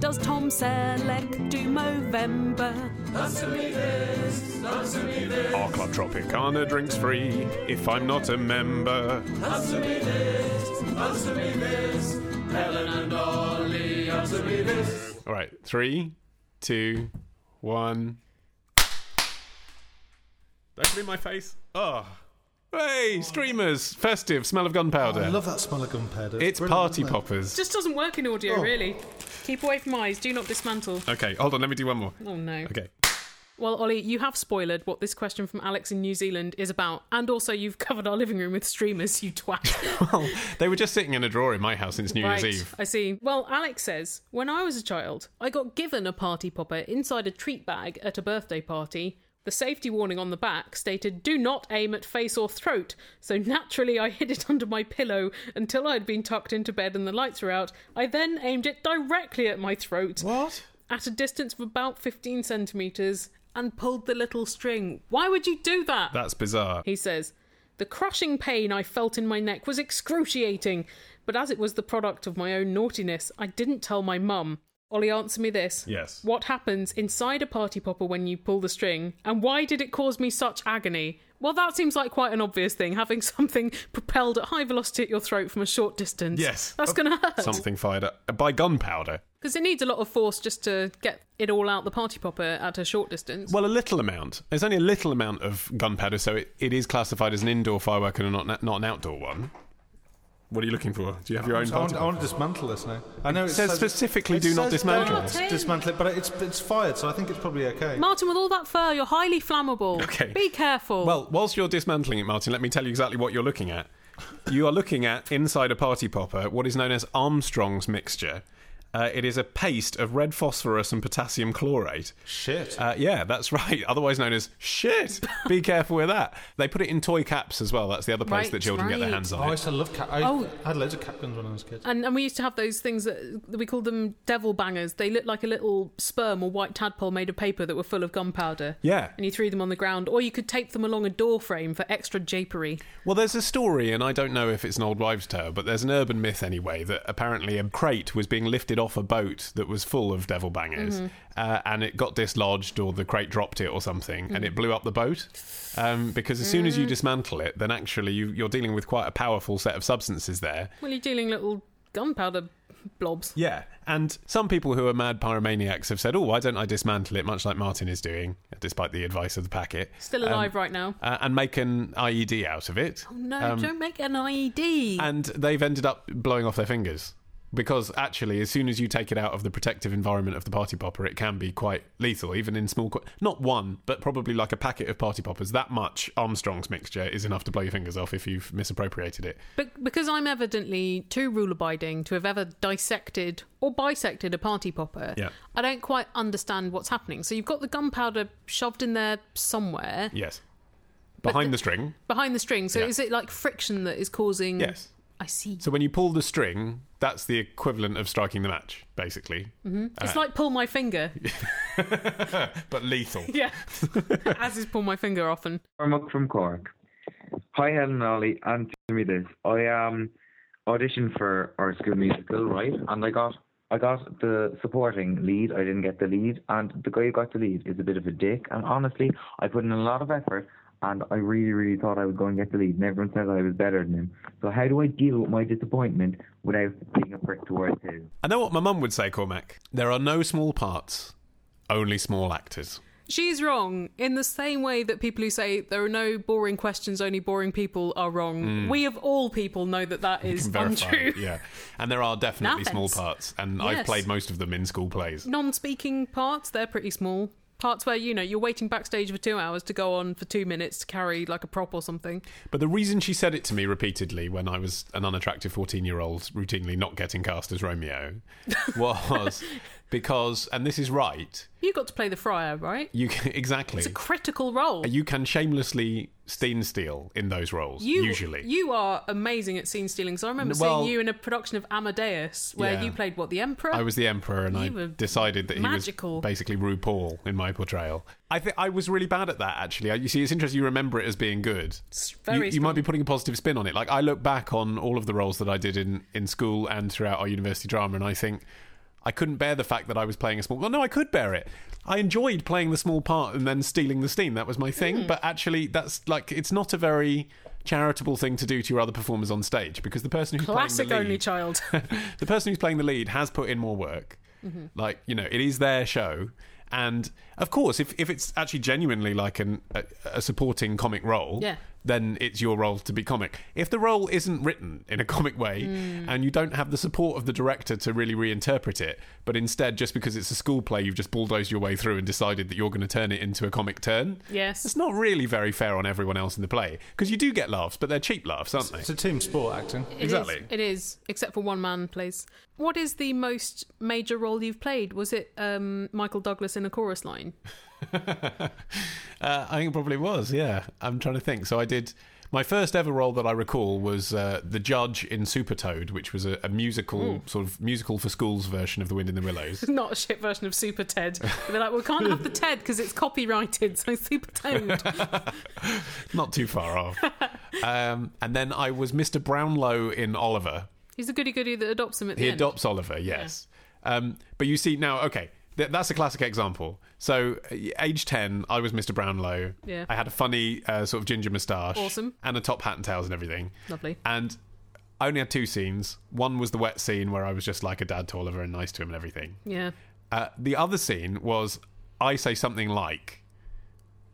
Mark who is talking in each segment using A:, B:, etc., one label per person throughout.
A: does Tom Selleck do Movember?
B: Our Club Tropicana drinks free if I'm not a member. All right, three, two, one. Don't be in my face. Oh. Hey, streamers, festive, smell of gunpowder.
C: I love that smell of gunpowder.
B: it's
C: brilliant,
B: party
C: isn't it?
B: poppers.
D: Just doesn't work in audio,
C: Oh.
D: really. Keep away from eyes. Do not dismantle.
B: Okay, hold on, let me do one more.
D: Oh no.
B: Okay.
D: Well, Ollie, you have spoiled what this question from Alex in New Zealand is about, and also you've covered our living room with streamers, you twat.
B: Well, they were just sitting in a drawer in my house since New
D: right,
B: Year's Eve.
D: I see. Well, Alex says, when I was a child, I got given a party popper inside a treat bag at a birthday party. The safety warning on the back stated, do not aim at face or throat. So naturally, I hid it under my pillow until I had been tucked into bed and the lights were out. I then aimed it directly at my throat.
C: What?
D: at a distance of about 15 centimetres and pulled the little string. Why would you do that?
B: That's bizarre.
D: he says. The crushing pain I felt in my neck was excruciating, but as it was the product of my own naughtiness, I didn't tell my mum. Ollie, answer me this.
B: Yes.
D: What happens inside a party popper when you pull the string, and why did it cause me such agony? Well, that seems like quite an obvious thing, having something propelled at high velocity at your throat from a short distance.
B: Yes.
D: That's going to hurt.
B: Something fired at, by gunpowder.
D: Because it needs a lot of force just to get it all out the party popper at a short distance.
B: Well, a little amount. There's only a little amount of gunpowder, so it, it is classified as an indoor firework and not, not an outdoor one. What are you looking for? Do you have your own
C: I want,
B: party?
C: I want to dismantle this now. I know it,
B: says specifically do not
C: says
B: dismantle.
C: don't
D: Martin.
C: Dismantle it, but it's it's fired, so I think it's probably okay.
D: Martin, with all that fur, you're highly flammable.
B: Okay.
D: Be careful.
B: Well, whilst you're dismantling it, Martin, let me tell you exactly what you're looking at. You are looking at, inside a party popper, what is known as Armstrong's mixture. Uh, it is a paste of red phosphorus and potassium chlorate.
C: Shit.
B: Uh, yeah, that's right. Otherwise known as shit. Be careful with that. They put it in toy caps as well. That's the other place
D: Right,
B: that children get their
D: right.
B: hands
C: Oh, I
B: on. It.
C: used to love cat. I
D: Oh. Uh,
C: had loads of cat guns when I was a kid.
D: and, and we used to have those things that that we called them devil bangers. They looked like a little sperm or white tadpole made of paper that were full of gunpowder.
B: Yeah.
D: And you threw them on the ground, or you could tape them along a door frame for extra japery.
B: Well, there's a story, and I don't know if it's an old wives' tale, but there's an urban myth anyway that apparently a crate was being lifted off a boat that was full of devil bangers, uh, and it got dislodged, or the crate dropped it, or something, and it blew up the boat. Um, because as soon as you dismantle it, then actually you, you're dealing with quite a powerful set of substances there.
D: Well, you're dealing little gunpowder blobs.
B: Yeah, and some people who are mad pyromaniacs have said, "Oh, why don't I dismantle it?" Much like Martin is doing, despite the advice of the packet.
D: Still alive right now.
B: Uh, and make an IED out of it.
D: No,
B: um,
D: don't make an E IED.
B: and they've ended up blowing off their fingers because actually as soon as you take it out of the protective environment of the party popper it can be quite lethal even in small qu- not one but probably like a packet of party poppers that much armstrong's mixture is enough to blow your fingers off if you've misappropriated it
D: But because I'm evidently too rule abiding to have ever dissected or bisected a party popper,
B: Yeah.
D: I don't quite understand what's happening. So you've got the gunpowder shoved in there somewhere
B: yes behind the string
D: behind the string. So
B: Yeah.
D: is it like friction that is causing.
B: yes
D: I see.
B: so when you pull the string that's the equivalent of striking the match basically
D: it's like pull my finger.
B: but lethal
D: yeah. As is pull my finger often.
E: Cormac from Cork. Hi, Helen Ollie, and tell me this. I um auditioned for our school musical, right? And I got I got the supporting lead. I didn't get the lead, and the guy who got the lead is a bit of a dick. And honestly, I put in a lot of effort, and I really, really thought I would go and get the lead. And everyone said I was better than him. So how do I deal with my disappointment without being a prick towards him?
B: i know what my mum would say cormac there are no small parts only small actors
D: She's wrong in the same way that people who say there are no boring questions, only boring people are wrong. We of all people know that that is
B: Mm. can verify
D: untrue.
B: it, Yeah, and there are definitely
D: No
B: small
D: offence.
B: parts, and
D: Yes.
B: I've played most of them in school plays.
D: non-speaking parts they're pretty small parts where you know you're waiting backstage for two hours to go on for two minutes to carry like a prop or something
B: But the reason she said it to me repeatedly when I was an unattractive fourteen-year-old, routinely not getting cast as Romeo, was because, and this is right,
D: you got to play the friar right
B: you can, exactly
D: it's a critical role
B: you can shamelessly steen steal in those roles
D: You-
B: usually.
D: you are amazing at scene stealing so i remember
B: N- well-
D: seeing you in a production of amadeus where
B: Yeah.
D: you played what the emperor
B: I was the emperor, and I
D: You were
B: decided that he
D: magical.
B: was basically RuPaul in my portrayal. I think I was really bad at that. Actually, I- you see, it's interesting. You remember it as being good.
D: It's very
B: you, you might
D: strong.
B: be putting a positive spin on it. Like I look back on all of the roles that I did in in school and throughout our university drama, and I think. I couldn't bear the fact that I was playing a small. Well, no, I could bear it. I enjoyed playing the small part and then stealing the steam. That was my thing.
D: Hmm.
B: But actually, that's like it's not a very charitable thing to do to your other performers on stage because the person who's playing
D: Classic
B: the
D: only
B: lead,
D: child.
B: the person who's playing the lead has put in more work.
D: Mm-hmm.
B: Like you know, it is their show, and of course, if if it's actually genuinely like an a, a supporting comic role,
D: Yeah.
B: then it's your role to be comic. If the role isn't written in a comic way,
D: Mm.
B: and you don't have the support of the director to really reinterpret it, but instead, just because it's a school play, you've just bulldozed your way through and decided that you're going to turn it into a comic turn.
D: Yes.
B: it's not really very fair on everyone else in the play because you do get laughs, but they're cheap laughs, aren't they?
C: It's a team sport acting.
D: It is-
B: Exactly.
D: it is, except for one man plays. What is the most major role you've played? Was it um, Michael Douglas in a chorus line?
B: Uh, I think it probably was, yeah. I'm trying to think. So I did. My first ever role that I recall was uh, the judge in Super Toad, which was a, a musical, sort of musical for schools version of The Wind in the Willows.
D: Not a shit version of Super Ted. They're like, we can't have the Ted because it's copyrighted, so Super Toad.
B: Not too far off. Um, and then I was Mr. Brownlow in Oliver.
D: He's the goody goody that adopts him at the
B: He
D: end.
B: adopts Oliver, yes. Um, but you see, now, okay, th- that's a classic example. So, uh, age 10, I was Mr. Brownlow.
D: Yeah.
B: I had a funny uh, sort of ginger moustache.
D: Awesome.
B: And a top hat and tails and everything.
D: Lovely.
B: And I only had two scenes. One was the wet scene where I was just like a dad to Oliver and nice to him and everything.
D: Yeah.
B: Uh, the other scene was I say something like,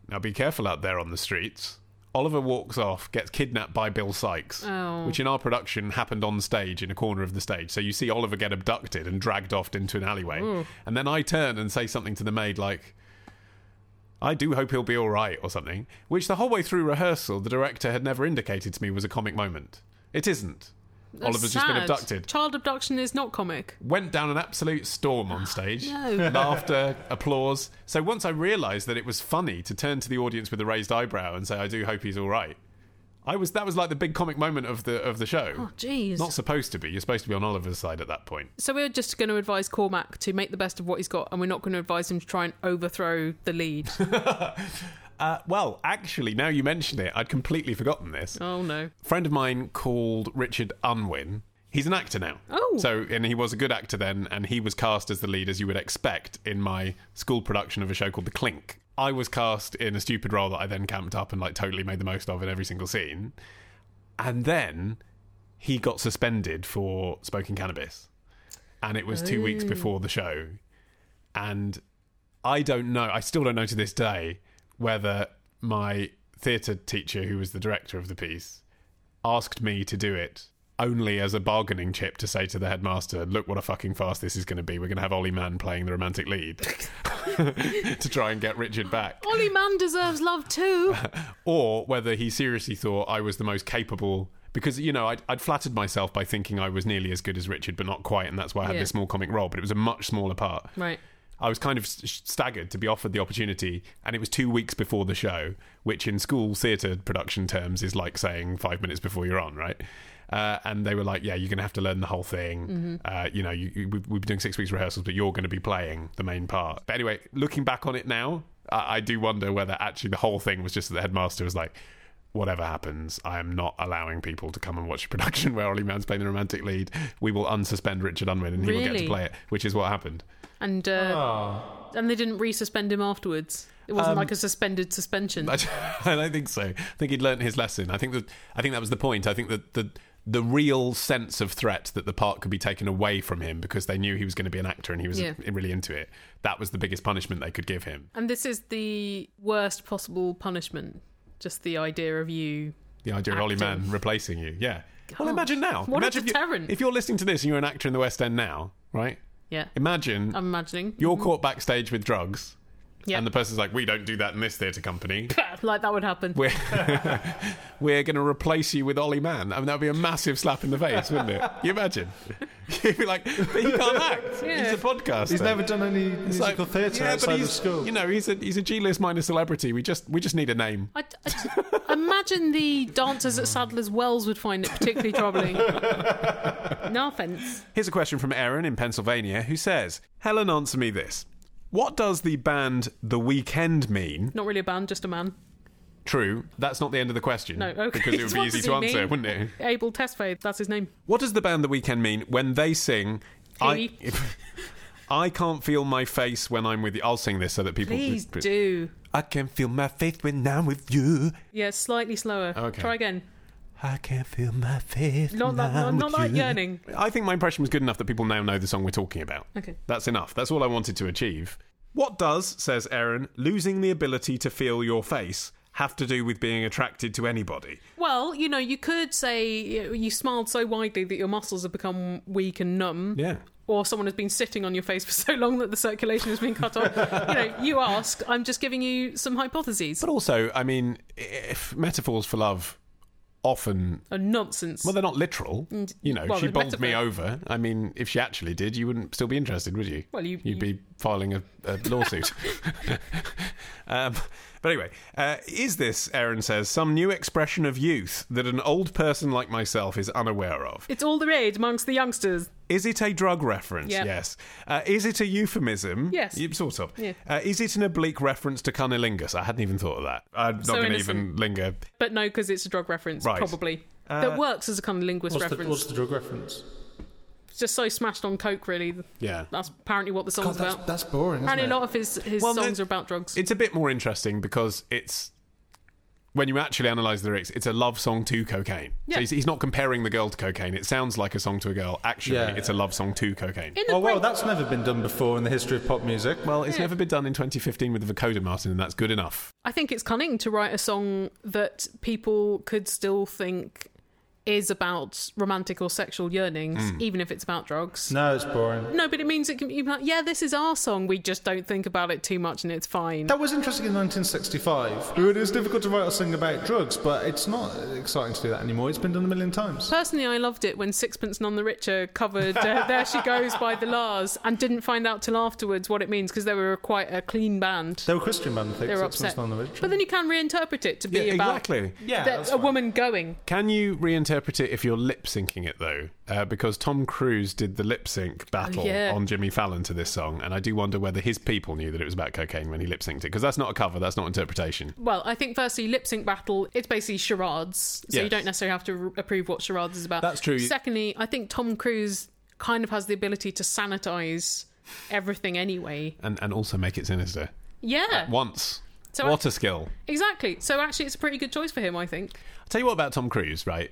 B: Now be careful out there on the streets. Oliver walks off, gets kidnapped by Bill Sykes,
D: Oh.
B: which in our production happened on stage in a corner of the stage. So you see Oliver get abducted and dragged off into an alleyway. And then I turn and say something to the maid like, I do hope he'll be all right or something, which the whole way through rehearsal, the director had never indicated to me was a comic moment. It isn't.
D: That's
B: Oliver's just been
D: sad.
B: abducted
D: Child abduction is not comic.
B: went down an absolute storm on stage.
D: No.
B: Laughter, applause. So once I realised that it was funny to turn to the audience with a raised eyebrow and say, "I do hope he's all right," I was that was like the big comic moment of the of the show.
D: Oh, jeez.
B: Not supposed to be. You're supposed to be on Oliver's side at that point.
D: So we're just going to advise Cormac to make the best of what he's got, and we're not going to advise him to try and overthrow the lead.
B: Uh, well, actually, now you mention it, I'd completely forgotten this.
D: oh no.
B: friend of mine called Richard Unwin. He's an actor now.
D: Oh.
B: So, and he was a good actor then, and he was cast as the lead, as you would expect, in my school production of a show called The Clink. I was cast in a stupid role that I then camped up and like totally made the most of in every single scene. And then he got suspended for smoking cannabis. And it was two weeks before the show. And I don't know, I still don't know to this day whether my theatre teacher, who was the director of the piece, asked me to do it only as a bargaining chip to say to the headmaster, look what a fucking farce this is going to be. We're going to have Ollie Mann playing the romantic lead to try and get Richard back.
D: Ollie Mann deserves love too.
B: Or whether he seriously thought I was the most capable. Because, you know, I'd, I'd flattered myself by thinking I was nearly as good as Richard, but not quite. And that's why I had
D: Yeah.
B: this small comic role, but it was a much smaller part.
D: Right.
B: I was kind of st- staggered to be offered the opportunity, and it was two weeks before the show, which in school theatre production terms is like saying five minutes before you're on, right? Uh, and they were like, "Yeah, you're going to have to learn the whole
D: Mm-hmm.
B: thing. Uh, you know, you, you, we've, we've been doing six weeks rehearsals, but you're going to be playing the main part." But anyway, looking back on it now, I, I do wonder whether actually the whole thing was just that the headmaster was like. Whatever happens, I am not allowing people to come and watch a production where Ollie Mann's playing the romantic lead. We will unsuspend Richard Unwin and he will get to
D: Really?
B: play it, which is what happened.
D: And uh,
C: Ah,
D: and they didn't resuspend him afterwards. It wasn't like a suspended suspension.
B: Um, I, d- I don't think so. I think he'd learnt his lesson. I think that I think that was the point. I think that the the real sense of threat that the part could be taken away from him because they knew he was going to be an actor and he was
D: Yeah.
B: really into it. That was the biggest punishment they could give him.
D: and this is the worst possible punishment. Just the idea of you.
B: The idea of Ollie
D: Acting.
B: Mann replacing you. Yeah. Well, imagine now.
D: What a
B: imagine if you-
D: deterrent.
B: If you're listening to this and you're an actor in the West End now, right?
D: Yeah.
B: Imagine
D: I'm imagining.
B: you're caught backstage with drugs
D: Um, mm-hmm. Yeah.
B: and the person's like, "We don't do that in this theatre company."
D: like that would happen.
B: We're we're going to replace you with Ollie Mann. I mean, that would be a massive slap in the face, wouldn't it? You imagine? You'd be like, but he can't act.
D: Yeah.
B: He's a podcaster.
C: he's never done any musical theatre
B: yeah, but
C: outside of
B: he's,
C: school.
B: you know, he's a he's a G list minor celebrity. We just we just need a name.
D: I, I- imagine the dancers at Sadler's Wells would find it particularly troubling. no offence.
B: Here's a question from Aaron in Pennsylvania, who says, "Helen, answer me this: What does the band The Weekend mean?"
D: Not really a band, just a man.
B: True, that's not the end of the question.
D: No, okay.
B: Because it would be
D: What
B: easy
D: does
B: to
D: he
B: answer,
D: mean?
B: wouldn't it?
D: Abel Tesfaye, that's his name.
B: What does the band The Weekend mean when they sing?
D: Hey.
B: I, I can't feel my face when I'm with you. I'll sing this so that people.
D: Please do.
B: I can feel my face when I'm with you.
D: Yeah, slightly slower.
B: Okay.
D: Try again.
B: I can feel my face.
D: Not
B: when
D: that, not,
B: I'm
D: not
B: with
D: like
B: you.
D: yearning.
B: I think my impression was good enough that people now know the song we're talking about.
D: Okay.
B: That's enough. That's all I wanted to achieve. What does, says Aaron, losing the ability to feel your face have to do with being attracted to anybody?
D: Well, you know, you could say you you smiled so widely that your muscles have become weak and numb.
B: Yeah.
D: Or someone has been sitting on your face for so long that the circulation has been cut off. you know, you ask. I'm just giving you some hypotheses.
B: But also, I mean, if metaphors for love often
D: A nonsense.
B: well they're not literal you know
D: well,
B: she
D: they're
B: bowled me
D: metaphor.
B: over i mean if she actually did you wouldn't still be interested would you
D: Well, you-
B: you'd
D: you-
B: be filing a, a lawsuit um, but anyway uh, is this aaron says some new expression of youth that an old person like myself is unaware of
D: it's all the rage amongst the youngsters.
B: is it a drug reference?
D: Yep.
B: Yes. Uh, is it a euphemism?
D: Yes.
B: You- Sort of.
D: Yeah.
B: Uh, is it an oblique reference to cunnilingus? I hadn't even thought of that. I'm not
D: So
B: going to
D: innocent.
B: even linger.
D: But no, because it's a drug reference,
B: Right. Uh,
D: probably. that works as a kind of linguist
C: What's the,
D: reference.
C: what's the drug reference?
D: It's just so smashed on coke, really.
B: Yeah.
D: That's apparently what the song's about.
C: boring.
D: apparently, a lot of his, his
B: Well, no,
D: songs are about drugs.
B: It's a bit more interesting because it's when you actually analyze the lyrics, it's a love song to cocaine.
D: Yeah.
B: So he's, he's not comparing the girl to cocaine. It sounds like a song to a girl. Actually,
C: Yeah.
B: it's a love song to cocaine.
D: In the
C: Oh wow,
D: great-
C: that's never been done before in the history of pop music.
B: well, it's never been done in 2015 with the Vocoder Martin, and that's good enough.
D: I think it's cunning to write a song that people could still think is about romantic or sexual yearnings,
B: Hmm.
D: even if it's about drugs.
C: No, it's boring.
D: No, but it means it can be like, yeah, this is our song. We just don't think about it too much and it's fine.
C: That was interesting in 1965. It was difficult to write a song about drugs, but it's not exciting to do that anymore. It's been done a million times.
D: Personally, I loved it when Sixpence None the Richer covered uh, There She Goes by The Lars and didn't find out till afterwards what it means because they were quite a clean band.
C: They were Christian band, I think.
D: They were
C: so it's
D: upset.
C: not on the original.
D: But then you can reinterpret it to be
B: Yeah,
D: about
B: exactly.
C: yeah,
D: that-
C: that's
D: a
C: fine.
D: woman going.
B: Can you reinterpret it if you're lip syncing it though? Uh, because Tom Cruise did the lip sync battle
D: yeah.
B: on Jimmy Fallon to this song, and I do wonder whether his people knew that it was about cocaine when he lip synced it. Because that's not a cover, that's not interpretation.
D: Well, I think firstly, lip sync battle, it's basically charades. So you
B: Yes.
D: don't necessarily have to r- approve what charades is about.
B: That's true.
D: Secondly, I think Tom Cruise kind of has the ability to sanitize everything anyway.
B: And and also make it sinister.
D: Yeah.
B: Once.
D: So
B: what
D: I-
B: a skill.
D: Exactly. So actually, it's a pretty good choice for him, I think.
B: Tell you what about Tom Cruise, right?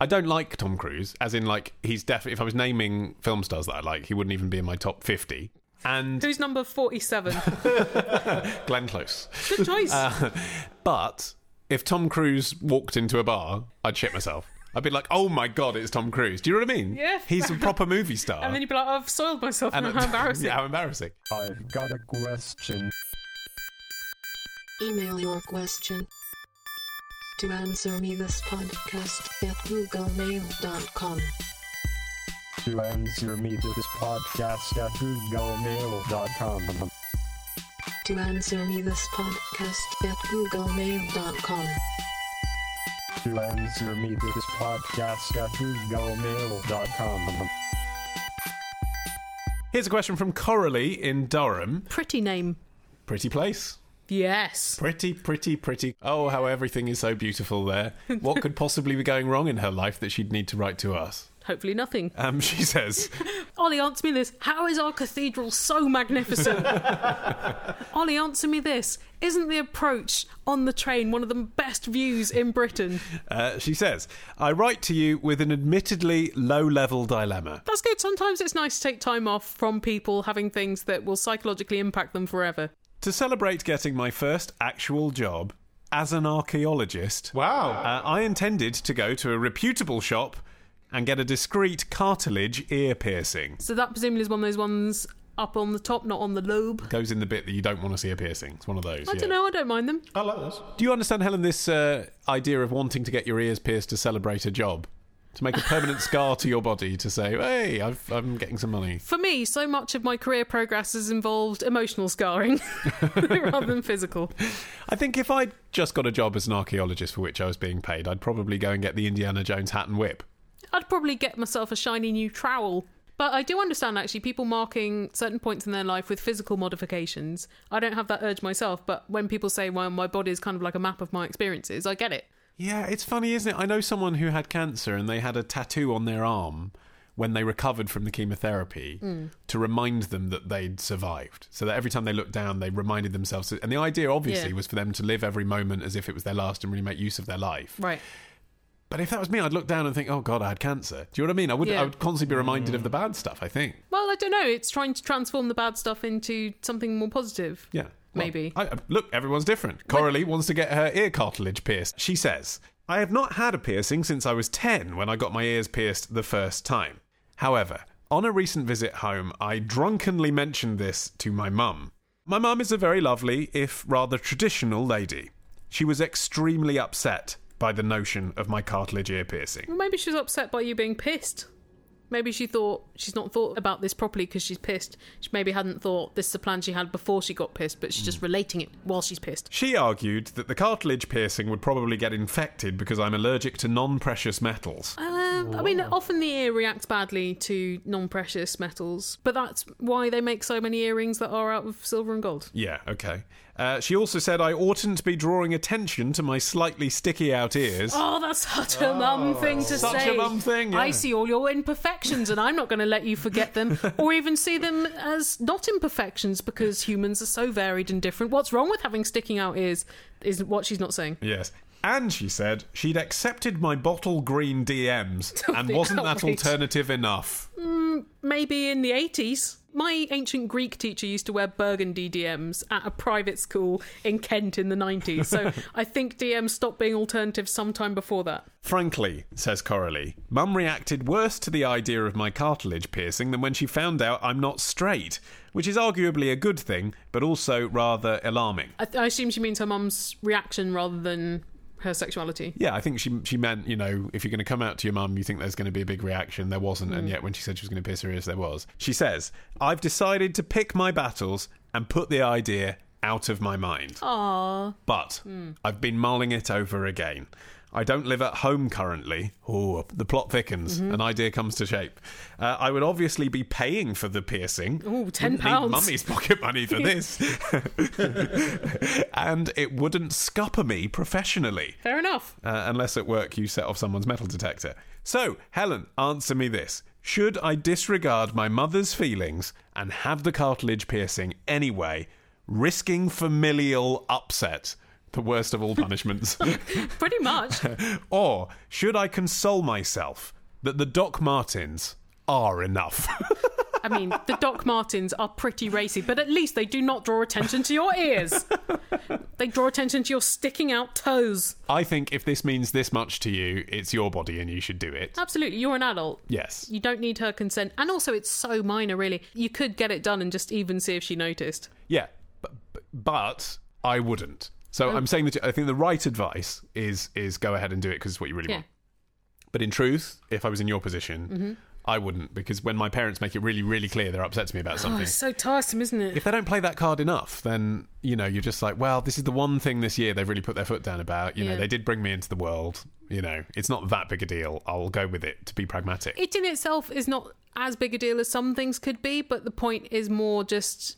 B: I don't like Tom Cruise, as in like he's definitely. If I was naming film stars that I like, he wouldn't even be in my top fifty. And
D: Who's number 47?
B: Glenn Close,
D: good
B: Uh,
D: choice.
B: but if Tom Cruise walked into a bar, I'd shit myself. I'd be like, "Oh my god, it's Tom Cruise." Do you know what I mean?
D: Yeah.
B: he's a proper movie star.
D: and then you'd be like, "Oh, I've soiled myself.
B: And-
D: now how embarrassing.
B: yeah, how embarrassing.
F: I've got a question.
G: Email your question to answer me this podcast at googlemail.com.
F: To answer me to this podcast at googlemail.com.
G: To answer me this podcast at googlemail.com.
F: To answer me to this podcast at googlemail.com.
B: Here's a question from Coralie in Durham.
D: Pretty name.
B: Pretty place.
D: Yes.
B: Pretty, pretty, pretty. Oh, how everything is so beautiful there. What could possibly be going wrong in her life that she'd need to write to us?
D: Hopefully, nothing.
B: Um, she says,
D: Ollie, answer me this. How is our cathedral so magnificent? Ollie, answer me this. Isn't the approach on the train one of the best views in Britain?
B: uh, she says, I write to you with an admittedly low level dilemma.
D: That's good. Sometimes it's nice to take time off from people having things that will psychologically impact them forever.
B: To celebrate getting my first actual job as an archaeologist,
C: Wow.
B: uh, I intended to go to a reputable shop and get a discreet cartilage ear piercing.
D: So that presumably is one of those ones up on the top, not on the lobe.
B: Goes in the bit that you don't want to see a piercing. It's one of those.
D: I
B: yeah.
D: don't know. I don't mind them.
C: I like this.
B: Do you understand, Helen, this uh, idea of wanting to get your ears pierced to celebrate a job? To make a permanent scar to your body to say, hey, I've, I'm getting some money.
D: For me, so much of my career progress has involved emotional scarring rather than physical.
B: I think if I'd just got a job as an archaeologist for which I was being paid, I'd probably go and get the Indiana Jones hat and whip.
D: I'd probably get myself a shiny new trowel. But I do understand actually people marking certain points in their life with physical modifications. I don't have that urge myself, but when people say, well, my body is kind of like a map of my experiences, I get it.
B: Yeah, it's funny, isn't it? I know someone who had cancer and they had a tattoo on their arm when they recovered from the chemotherapy to remind them that they'd survived. So that every time they looked down, they reminded themselves. to- and the idea, obviously,
D: Yeah.
B: was for them to live every moment as if it was their last and really make use of their life.
D: Right.
B: But if that was me, I'd look down and think, oh God, I had cancer. Do you know what I mean? I would,
D: Yeah.
B: I would constantly be reminded of the bad stuff, I think.
D: Well, I don't know. It's trying to transform the bad stuff into something more positive.
B: Yeah. Well,
D: Maybe.
B: I, uh, look, everyone's different. Coralie wants to get her ear cartilage pierced. She says, I have not had a piercing since I was 10 when I got my ears pierced the first time. However, on a recent visit home, I drunkenly mentioned this to my mum. My mum is a very lovely, if rather traditional, lady. She was extremely upset by the notion of my cartilage ear piercing.
D: Well, maybe she was upset by you being pissed. Maybe she thought she's not thought about this properly because she's pissed. She maybe hadn't thought this is a plan she had before she got pissed, but she's just relating it while she's pissed.
B: She argued that the cartilage piercing would probably get infected because I'm allergic to non precious metals.
D: Um, I mean, often the ear reacts badly to non-precious metals, but that's why they make so many earrings that are out of silver and gold.
B: Yeah, okay. Uh, she also said I oughtn't be drawing attention to my slightly sticky out ears.
D: Oh, that's such a mum thing to
B: Oh, Such a
D: say.
B: mum thing, yeah.
D: I see all your imperfections, and I'm not going to let you forget them or even see them as not imperfections because humans are so varied and different. What's wrong with having sticking out ears is what she's not saying.
B: Yes. And she said she'd accepted my bottle green DMs and
D: be
B: wasn't that
D: outraged.
B: alternative enough.
D: Maybe in the 80s. My ancient Greek teacher used to wear burgundy DMs at a private school in Kent in the 90s. So I think DMs stopped being alternatives sometime before that.
B: Frankly, says Coralie, Mum reacted worse to the idea of my cartilage piercing than when she found out I'm not straight, which is arguably a good thing, but also rather alarming.
D: I, I assume she means her mum's reaction rather than her sexuality.
B: Yeah, I think she she meant you know if you're going to come out to your mum, you think there's going to be a big reaction. There wasn't, and yet when she said she was going to pierce her ears, there was. She says, "I've decided to pick my battles and put the idea out of my mind."
D: Aww.
B: But I've been mulling it over again. I don't live at home currently. Oh, the plot thickens. An idea comes to shape. Uh, I would obviously be paying for the piercing.
D: Ooh, £10.
B: Wouldn't need Mummy's pocket money for this. and it wouldn't scupper me professionally
D: Fair enough.
B: uh, unless at work you set off someone's metal detector. So, Helen, answer me this. Should I disregard my mother's feelings and have the cartilage piercing anyway, risking familial upset, the worst of all punishments?
D: Pretty much.
B: or should I console myself that the Doc Martens are enough?
D: I mean, the Doc Martens are pretty racy, but at least they do not draw attention to your ears. they draw attention to your sticking out toes.
B: I think if this means this much to you, it's your body and you should do it.
D: Absolutely, you're an adult.
B: Yes.
D: You don't need her consent. And also, it's so minor, really. You could get it done and just even see if she noticed.
B: Yeah, b- b- but I wouldn't. So
D: Oh.
B: I'm saying that I think the right advice is is go ahead and do it because it's what you really
D: Yeah. Mm-hmm.
B: want. But in truth, if I was in your position, I wouldn't because when my parents make it really, really clear they're upset to me about
D: Oh,
B: something.
D: it's so tiresome, isn't it?
B: if they don't play that card enough, then you know you're just like, well, this is the one thing this year they've really put their foot down about. You know,
D: Yeah.
B: they did bring me into the world. You know, it's not that big a deal. I'll go with it to be pragmatic.
D: it in itself is not as big a deal as some things could be, but the point is more just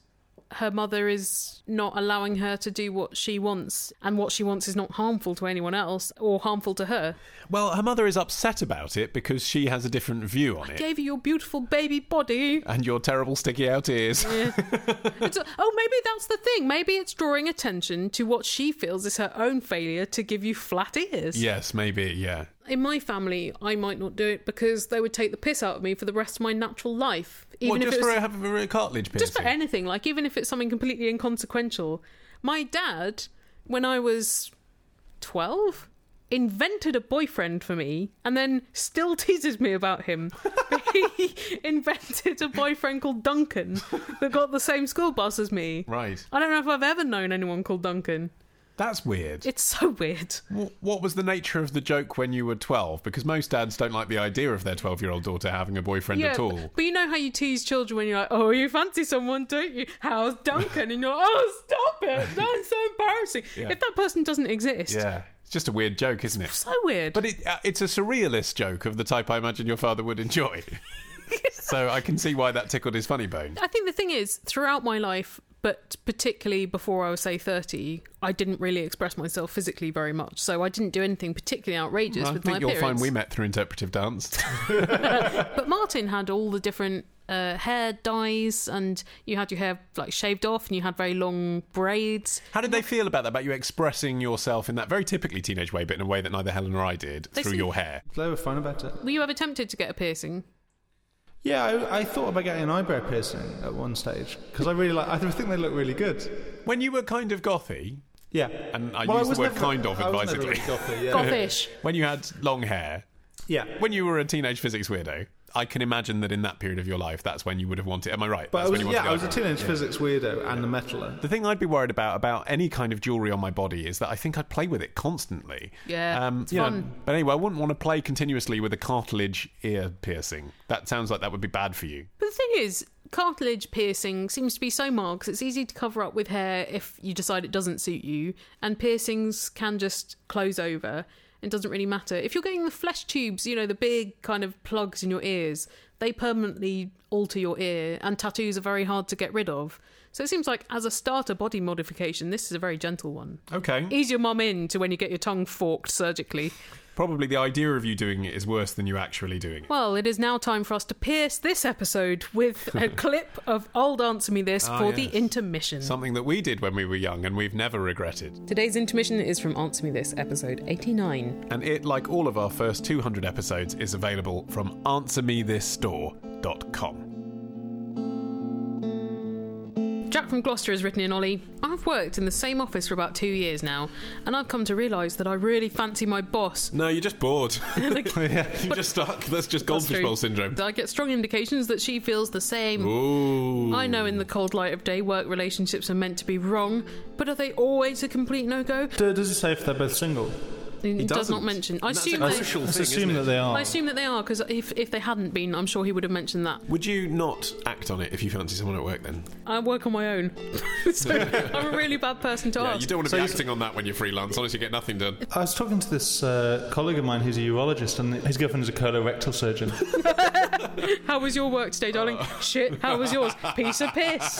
D: her mother is not allowing her to do what she wants, and what she wants is not harmful to anyone else or harmful to her.
B: well, her mother is upset about it because she has a different view on it.
D: Gave you your beautiful baby body.
B: and your terrible sticky out ears.
D: It's- oh, maybe that's the thing. Maybe it's drawing attention to what she feels is her own failure to give you flat ears.
B: Yes, maybe, yeah.
D: In my family, I might not do it because they would take the piss out of me for the rest of my natural life.
B: Well,
D: Even if
B: just
D: it
B: for
D: was
B: a, have a real cartilage piercing.
D: just for anything like even if it's something completely inconsequential my dad when i was 12 invented a boyfriend for me and then still teases me about him he invented a boyfriend called duncan that got the same school bus as me
B: Right.
D: i don't know if i've ever known anyone called duncan
B: That's weird.
D: it's so weird
B: Wh- what was the nature of the joke when you were 12? Because most dads don't like the idea of their 12 year old daughter having a boyfriend at all.
D: but you know how you tease children when you're like, "Oh, you fancy someone, don't you? How's Duncan?" And you're like, "Oh, stop it! That's so embarrassing."
B: Yeah.
D: If that person doesn't exist,
B: Yeah. It's just a weird joke, isn't it?
D: so weird.
B: But it, uh, it's a surrealist joke of the type I imagine your father would enjoy. so I can see why that tickled his funny bone.
D: I think the thing is, throughout my life, but particularly before I was say 30, I didn't really express myself physically very much. So I didn't do anything particularly outrageous
B: I
D: with
B: think
D: my
B: you'll find
D: appearance.
B: we met through interpretive dance.
D: But Martin had all the different uh, hair dyes, and you had your hair like shaved off, and you had very long braids.
B: How did they feel about that? About you expressing yourself in that very typically teenage way, but in a way that neither Helen nor I did
D: They
B: through
D: seem-
B: your hair.
C: They were fine about it.
D: Were you ever tempted to get a piercing?
C: Yeah, I, I thought about getting an eyebrow piercing at one stage because I really like. I think they look really good.
B: When you were kind of gothy,
C: Yeah,
B: And I use the word kind of
C: I was never
B: advisedly.
C: really gothy, yeah.
D: Gothish.
B: when you had long hair,
C: Yeah,
B: when you were a teenage physics weirdo, I can imagine that in that period of your life, that's when you would have wanted. Am I right?
C: but
B: that's
C: I was,
B: when you wanted
C: yeah,
B: the
C: I was a
B: eyebrow.
C: teenage physics weirdo and a metaller.
B: The thing I'd be worried about about any kind of jewelry on my body is that I think I'd play with it constantly.
D: Yeah, it's
B: you know,
D: fun.
B: but anyway, I wouldn't want to play continuously with a cartilage ear piercing. That sounds like that would be bad for you.
D: But the thing is, cartilage piercing seems to be so mild 'cause it's easy to cover up with hair if you decide it doesn't suit you, and piercings can just close over. It doesn't really matter. If you're getting the flesh tubes, you know, the big kind of plugs in your ears, they permanently alter your ear, and tattoos are very hard to get rid of. So it seems like, as a starter body modification, this is a very gentle one.
B: Okay.
D: Ease your mum in to when you get your tongue forked surgically.
B: Probably the idea of you doing it is worse than you actually doing it.
D: Well, it is now time for us to pierce this episode with a clip of Old Answer Me This for the
B: Ah, yes.
D: intermission.
B: Something that we did when we were young and we've never regretted.
D: Today's intermission is from Answer Me This, episode 89.
B: and it, like all of our first 200 episodes, is available from answermethisstore.com.
D: Jack from Gloucester has written in Ollie I've worked in the same office for about two years now, and I've come to realise that I really fancy my boss.
B: No, you're just bored. yeah, you're just stuck. That's just goldfish bowl syndrome.
D: I get strong indications that she feels the same.
B: Ooh.
D: I know in the cold light of day work relationships are meant to be wrong, but are they always a complete no go?
C: Does it say if they're both single?
D: It
B: He
D: does not
B: doesn't.
D: mention. I
B: That's
D: assume
B: a
D: they-
B: crucial
C: Let's
B: thing,
C: assume
B: isn't
C: that
B: it?
C: they are.
D: I assume that they are because if if they hadn't been, I'm sure he would have mentioned that.
B: Would you not act on it if you fancy someone at work then?
D: I work on my own, so I'm a really bad person to
B: Yeah,
D: ask.
B: you don't want to be acting on that when you're freelance. Honestly, you get nothing done.
C: I was talking to this uh, colleague of mine who's a urologist, and his girlfriend is a colorectal surgeon.
D: How was your work today, darling?
B: Oh.
D: Shit. How was yours? Piece of piss.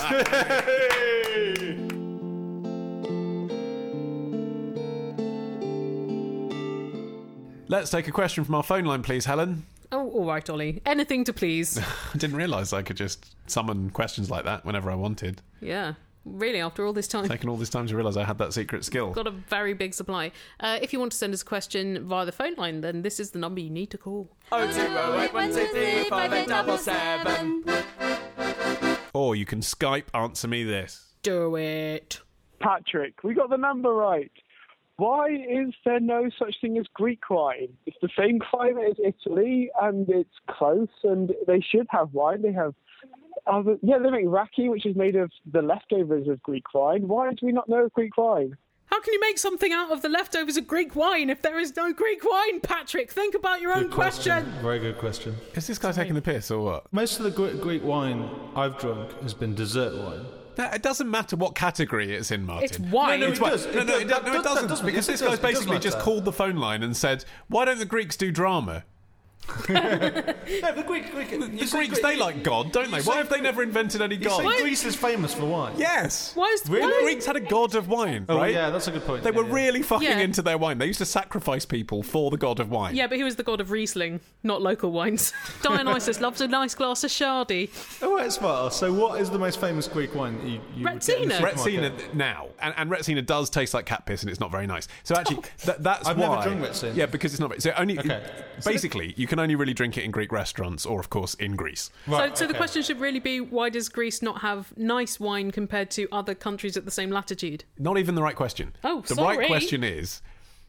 B: Let's take a question from our phone line, please, Helen.
D: Oh, all right, Ollie. Anything to please.
B: I didn't realise I could just summon questions like that whenever I wanted.
D: Yeah. Really, after all this time.
B: Taken all this time to realise I had that secret skill.
D: Got a very big supply. Uh, if you want to send us a question via the phone line, then this is the number you need to call.
B: Or you can Skype answer me this.
D: Do it.
H: Patrick, we got the number right. Why is there no such thing as Greek wine? It's the same climate as Italy, and it's close, and they should have wine. They have, other, yeah, they make raki, which is made of the leftovers of Greek wine. Why do we not know of Greek wine?
D: How can you make something out of the leftovers of Greek wine if there is no Greek wine, Patrick? Think about your own question.
C: Very good question.
B: Is this guy taking the piss or what?
C: Most of the Greek, Greek wine I've drunk has been dessert wine.
B: No, it doesn't matter what category it's in, Martin.
D: It's wine.
B: No, no,
D: It
B: it's wine.
C: does.
B: No,
C: It
B: no,
C: does.
B: it,
C: That-
B: no, it
C: that- that
B: doesn't.
C: doesn't-
B: because
C: it
B: this
C: does-
B: guy's
C: it does
B: basically just
C: matter.
B: called the phone line and said, "Why don't the Greeks do drama?"
C: No, the Greek, Greek,
B: The Greeks, they like God, don't they? Why have they never invented any god?
C: Greece is famous for wine.
B: Yes.
D: Why is-
B: the
D: why-
B: Greeks had a god of wine,
C: Oh,
B: right?
C: yeah, that's a good point.
B: They
C: Yeah,
B: were
C: yeah.
B: really fucking
D: Yeah.
B: into their wine. They used to sacrifice people for the god of wine.
D: Yeah, but he was the god of Riesling, not local wines. Dionysus loves a nice glass of Shardy.
C: Oh, it's well. So, what is the most famous Greek wine that you, you would get in the
D: Retsina.
C: supermarket?
B: Retsina th- now, and, and Retsina does taste like cat piss, and it's not very nice. So actually, tha- that's
C: I've never
B: why.
C: drunk Retsina.
B: Yeah, because it's not. very- So only
C: Okay.
B: basically, you can only really drink it in Greek restaurants, or of course in Greece.
C: Right,
D: so, so the
C: okay.
D: question should really be why does Greece not have nice wine compared to other countries at the same latitude?
B: Not even the right question.
D: Oh,
B: the
D: sorry.
B: right question is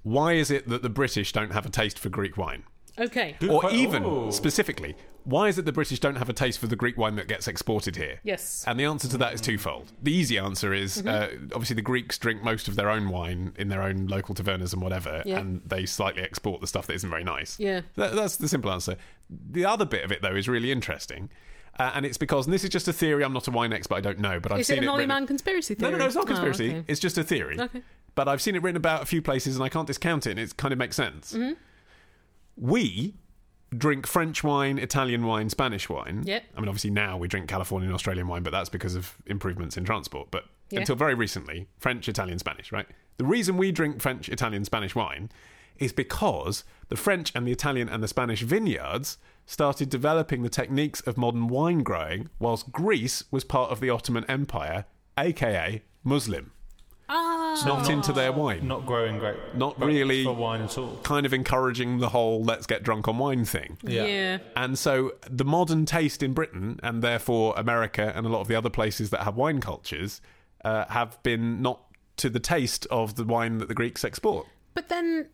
B: why is it that the British don't have a taste for Greek wine?
D: Okay.
B: or
C: que-
B: even
C: oh.
B: specifically, why is it the British don't have a taste for the Greek wine that gets exported here?
D: Yes.
B: And the answer to that is twofold. The easy answer is
D: Mm-hmm.
B: uh, obviously the Greeks drink most of their own wine in their own local tavernas and whatever,
D: Yeah.
B: and they slightly export the stuff that isn't very nice.
D: Yeah.
B: That, that's the simple answer. The other bit of it, though, is really interesting. Uh, and it's because, and this is just a theory, I'm not a wine expert, I don't know, but I've
D: Is
B: seen
D: it an
B: it
D: Ollie
B: written-
D: Man conspiracy theory?
B: no, no, no, it's not
D: Oh,
B: conspiracy.
D: okay.
B: It's just a theory.
D: Okay.
B: But I've
D: Mm-hmm.
B: seen it written about a few places and I can't discount it, and it kind of makes sense. We drink French wine, Italian wine, Spanish wine.
D: Yep.
B: I mean, obviously now we drink Californian and Australian wine, but that's because of improvements in transport. But
D: Yeah.
B: until very recently, French, Italian, Spanish, right? The reason we drink French, Italian, Spanish wine is because the French and the Italian and the Spanish vineyards started developing the techniques of modern wine growing whilst Greece was part of the Ottoman Empire, aka Muslim.
D: Ah,
B: Not into their wine.
C: Not growing great.
B: Not
C: but
B: really.
C: For wine at all.
B: Kind of encouraging the whole let's get drunk on wine thing.
D: yeah.
B: And so the modern taste in Britain, and therefore America and a lot of the other places that have wine cultures, uh, have been not to the taste of the wine that the Greeks export
D: But then,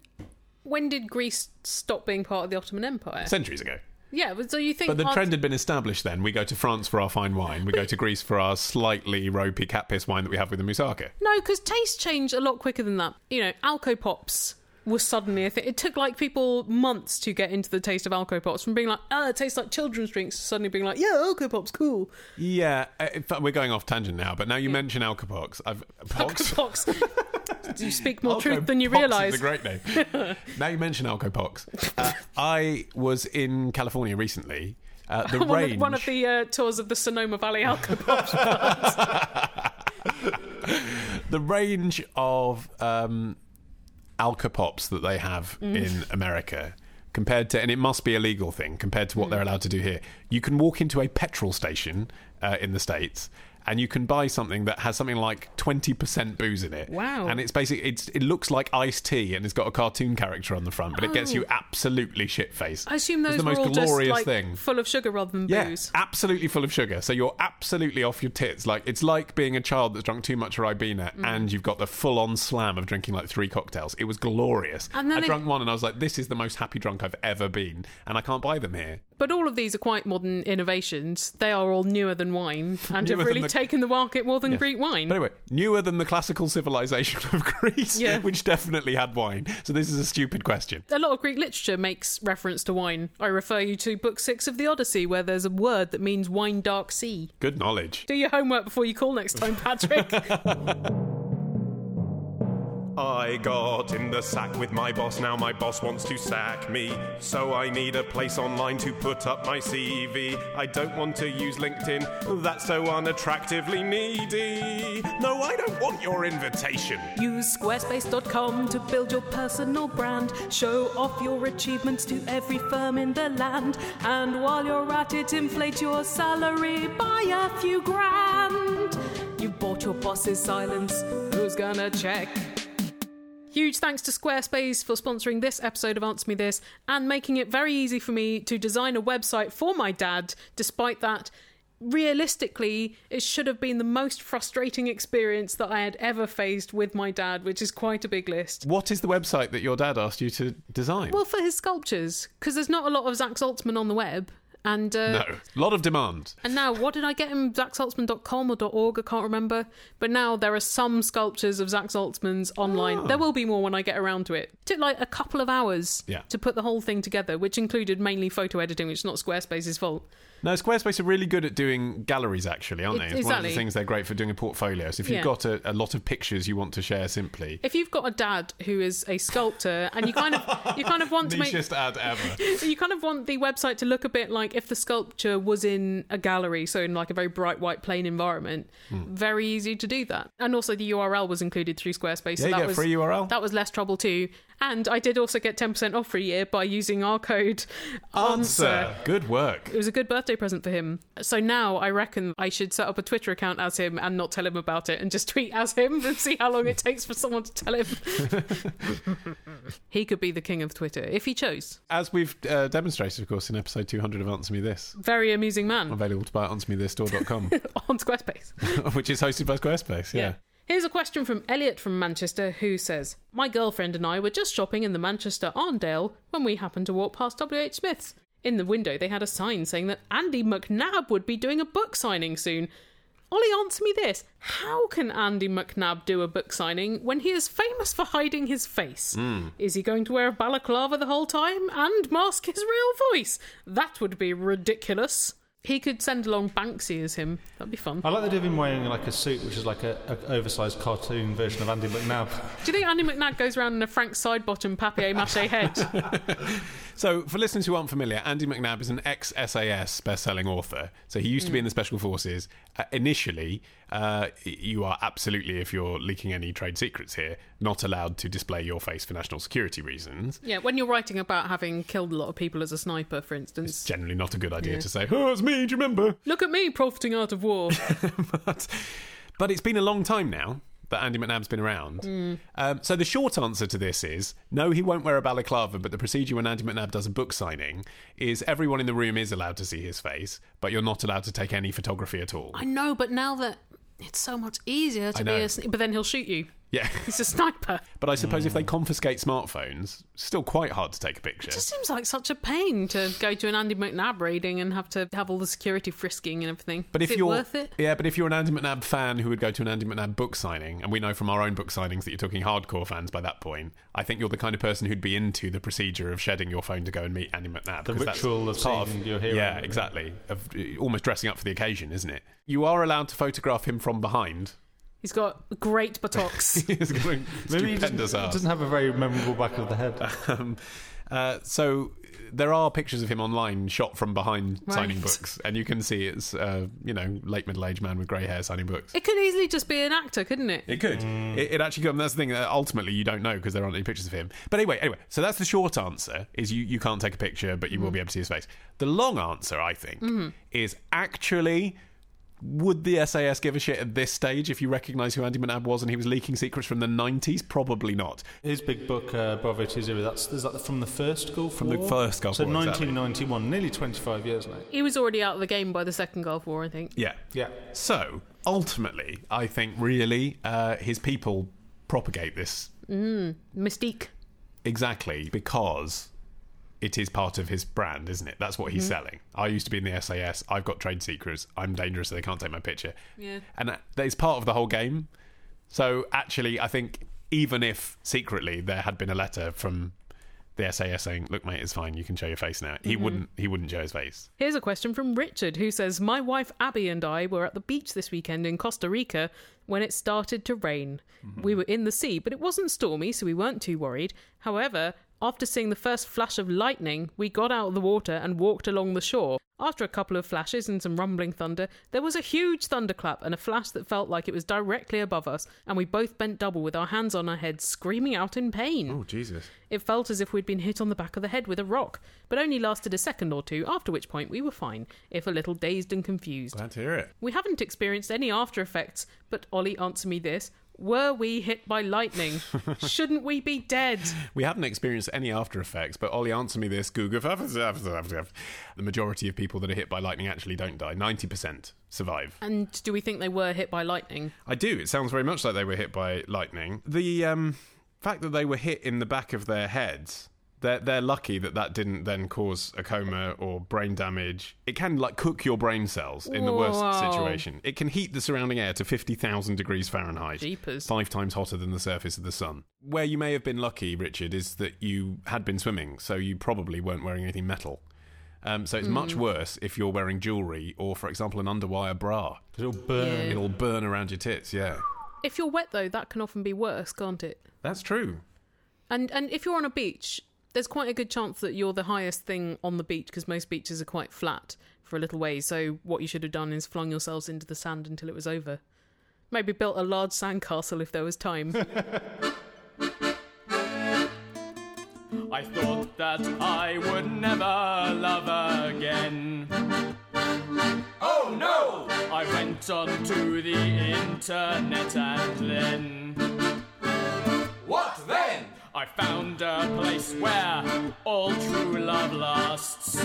D: when did Greece stop being part of the Ottoman Empire?
B: centuries ago.
D: yeah, but so you think
B: But the
D: part-
B: trend had been established then. We go to France for our fine wine, we go to Greece for our slightly ropey cat piss wine that we have with the moussaka.
D: No, because tastes change a lot quicker than that. You know, Alco Pops were suddenly a thing. It took like people months to get into the taste of Alco Pops from being like, oh, it tastes like children's drinks to suddenly being like, yeah, Alco Pop's cool.
B: Yeah, uh, in fact, we're going off tangent now, but now you mention Alcopox. I've, pox?
D: Alco Pops. Do you speak more
B: Alco
D: truth than you
B: Pox
D: realise?
B: Is a great name. now you mention Alcopox. Uh, I was in California recently. Uh, the
D: one,
B: range.
D: of, one of the uh, tours of the Sonoma Valley Alco Pops.
B: the range of um, alcopops that they have
D: Mm.
B: in America compared to, and it must be a legal thing compared to what
D: Mm.
B: they're allowed to do here. You can walk into a petrol station uh, in the states. And you can buy something that has something like twenty percent booze in it.
D: Wow.
B: And it's basically it's it looks like iced tea, and it's got a cartoon character on the front, but it gets
D: Oh.
B: you absolutely shit faced.
D: I assume those
B: it's the
D: were
B: most
D: all
B: glorious
D: just like
B: thing.
D: full of sugar rather than
B: Yeah,
D: booze.
B: absolutely full of sugar. So you're absolutely off your tits. Like it's like being a child that's drunk too much Ribena,
D: Mm.
B: and you've got the full-on slam of drinking like three cocktails. It was glorious.
D: And then
B: I
D: it-
B: drank one, and I was like, "This is the most happy drunk I've ever been," and I can't buy them here.
D: But all of these are quite modern innovations. They are all newer than wine and
B: Newer than
D: have really
B: the-
D: taken the market more than Greek wine.
B: But anyway, newer than the classical civilization of Greece,
D: Yeah.
B: which definitely had wine. So this is a stupid question.
D: a lot of Greek literature makes reference to wine. I refer you to Book Six of the Odyssey, where there's a word that means wine dark sea.
B: Good knowledge.
D: Do your homework before you call next time, Patrick.
I: I got in the sack with my boss, now my boss wants to sack me. So I need a place online to put up my CV. I don't want to use LinkedIn, that's so unattractively needy. No, I don't want your invitation.
A: Use squarespace.com to build your personal brand. Show off your achievements to every firm in the land. And while you're at it, inflate your salary by a few grand. You bought your boss's silence. Who's gonna check?
D: Huge thanks to Squarespace for sponsoring this episode of Answer Me This and making it very easy for me to design a website for my dad, despite that. Realistically, it should have been the most frustrating experience that I had ever faced with my dad, which is quite a big list.
B: What is the website that your dad asked you to design?
D: Well, for his sculptures, because there's not a lot of Zach Zaltzman on the web. And uh,
B: no, lot of demand.
D: And now, what did I get him? ZachZaltzman.com or .org? I can't remember. But now there are some sculptures of Zach Zaltzman's online.
B: Ah.
D: There will be more when I get around to it. Took like a couple of hours
B: Yeah.
D: to put the whole thing together, which included mainly photo editing, which is not Squarespace's fault.
B: No, Squarespace are really good at doing galleries, actually, aren't they?
D: It-
B: It's one of the
D: exactly.
B: things they're great for doing a portfolio. So if you've
D: Yeah.
B: got a, a lot of pictures you want to share simply,
D: If you've got a dad who is a sculptor and you kind of you kind of want to make
B: nichest ad ever.
D: you kind of want the website to look a bit like if the sculpture was in a gallery, so in like a very bright white plain environment.
B: Hmm.
D: Very easy to do that, and also the URL was included through Squarespace. so
B: Yeah, you
D: that
B: get a
D: was
B: free URL.
D: That was less trouble too, and I did also get ten percent off for a year by using our code answer.
B: Good work.
D: It was a good birthday present for him. So now I reckon I should set up a Twitter account as him and not tell him about it and just tweet as him and see how long it takes for someone to tell him. he could be the king of Twitter if he chose.
B: As we've uh, demonstrated, of course, in episode 200 of Answer Me This,
D: Very amusing man.
B: available to buy at answermethisstore.com,
D: on Squarespace.
B: which is hosted by Squarespace. Yeah.
D: Here's a question from Elliot from Manchester who says My girlfriend and I were just shopping in the Manchester Arndale when we happened to walk past WH Smith's. In the window, they had a sign saying that Andy McNab would be doing a book signing soon. Ollie, answer me this. How can Andy McNab do a book signing when he is famous for hiding his face? Is he going to wear a balaclava the whole time and mask his real voice? That would be ridiculous. He could send along Banksy as him. That'd be fun.
C: I like the idea of him wearing like a suit, which is like a, a oversized cartoon version of Andy McNab.
D: Do you think Andy McNabb goes around in a Frank Sidebottom papier mâché head?
B: So, for listeners who aren't familiar, Andy McNab is an ex SAS best selling author. So, he used to be in the Special Forces. Uh, initially, uh, you are absolutely, if you're leaking any trade secrets here, not allowed to display your face for national security reasons.
D: yeah, when you're writing about having killed a lot of people as a sniper, for instance.
B: Generally, not a good idea to say, oh, it's me, do you remember?
D: Look at me profiting out of war.
B: but, but it's been a long time now that Andy McNab's been around. Um, so the short answer to this is no, he won't wear a balaclava, but the procedure when Andy McNab does a book signing is everyone in the room is allowed to see his face, but you're not allowed to take any photography at all.
D: I know, but now that it's so much easier to be
B: know.
D: a sni- but then he'll shoot you.
B: yeah.
D: He's a sniper.
B: but I suppose if they confiscate smartphones, still quite hard to take a picture.
D: It just seems like such a pain to go to an Andy McNabb reading and have to have all the security frisking and everything.
B: But if
D: Is it
B: you're
D: worth it?
B: yeah, but if you're an Andy McNab fan who would go to an Andy McNab book signing, and we know from our own book signings that you're talking hardcore fans by that point, I think you're the kind of person who'd be into the procedure of shedding your phone to go and meet Andy McNab.
C: The
B: 'cause that's
C: ritual of
B: part
C: seeing your hero.
B: Yeah, exactly. Of uh, almost dressing up for the occasion, isn't it? You are allowed to photograph him from behind.
D: He's got great buttocks.
B: He's got a
C: Maybe he doesn't,
B: stupendous arse.
C: doesn't have a very memorable back of the head.
B: Um, uh, so there are pictures of him online shot from behind signing
D: Right.
B: books, and you can see it's uh, you know late middle-aged man with grey hair signing books.
D: it could easily just be an actor, couldn't it?
B: It could. It, it actually could. and That's the thing. That ultimately, you don't know because there aren't any pictures of him. But anyway, anyway. So that's the short answer: is you, you can't take a picture, but you will be able to see his face. The long answer, I think, is actually. Would the SAS give a shit at this stage if you recognise who Andy McNab was and he was leaking secrets from the 90s? Probably not.
C: His big book, uh, Bravo 20, that's is that from the first Gulf
B: From the
C: War?
B: first Gulf
C: so
B: War, exactly.
C: 1991, nearly 25 years now.
D: He was already out of the game by the second Gulf War, I think.
B: Yeah.
C: Yeah.
B: So ultimately, I think really uh, his people propagate this
D: Mystique.
B: Exactly, because it is part of his brand, isn't it? That's what he's selling. I used to be in the SAS. I've got trade secrets. I'm dangerous, so they can't take my picture.
D: Yeah.
B: And that that is part of the whole game. So actually, I think even if secretly there had been a letter from the SAS saying, "Look, mate, it's fine. You can show your face now," he wouldn't. He wouldn't show his face.
D: Here's a question from Richard who says My wife Abby and I were at the beach this weekend in Costa Rica when it started to rain. We were in the sea, but it wasn't stormy, so we weren't too worried. However, after seeing the first flash of lightning, we got out of the water and walked along the shore. After a couple of flashes and some rumbling thunder, there was a huge thunderclap and a flash that felt like it was directly above us, and we both bent double with our hands on our heads, screaming out in pain.
B: Oh, Jesus!
D: It felt as if we'd been hit on the back of the head with a rock, but only lasted a second or two, after which point we were fine, if a little dazed and confused.
B: Glad to hear it.
D: We haven't experienced any after effects, but Ollie, answer me this. Were we hit by lightning? Shouldn't we be dead?
B: We haven't experienced any after effects, but Ollie, answer me this: Google. The majority of people that are hit by lightning actually don't die. Ninety percent survive.
D: And do we think they were hit by lightning?
B: I do. It sounds very much like they were hit by lightning. The um, fact that they were hit in the back of their heads. They're, they're lucky that that didn't then cause a coma or brain damage. It can like cook your brain cells in the worst
D: Whoa.
B: situation. It can heat the surrounding air to 50,000 degrees Fahrenheit.
D: Jeepers.
B: Five times hotter than the surface of the sun. Where you may have been lucky, Richard, is that you had been swimming, so you probably weren't wearing anything metal. Um, so it's much
D: Hmm.
B: worse if you're wearing jewellery or, for example, an underwire bra.
C: It'll burn.
D: Yeah.
B: It'll burn around your tits, yeah.
D: If you're wet, though, that can often be worse, can't it?
B: That's true.
D: And and if you're on a beach, there's quite a good chance that you're the highest thing on the beach because most beaches are quite flat for a little ways. So what you should have done is flung yourselves into the sand until it was over. Maybe built a large sandcastle if there was time.
J: I thought that I would never love again. Oh no! I went on to the internet and then. What then? I found a place where all true love lasts.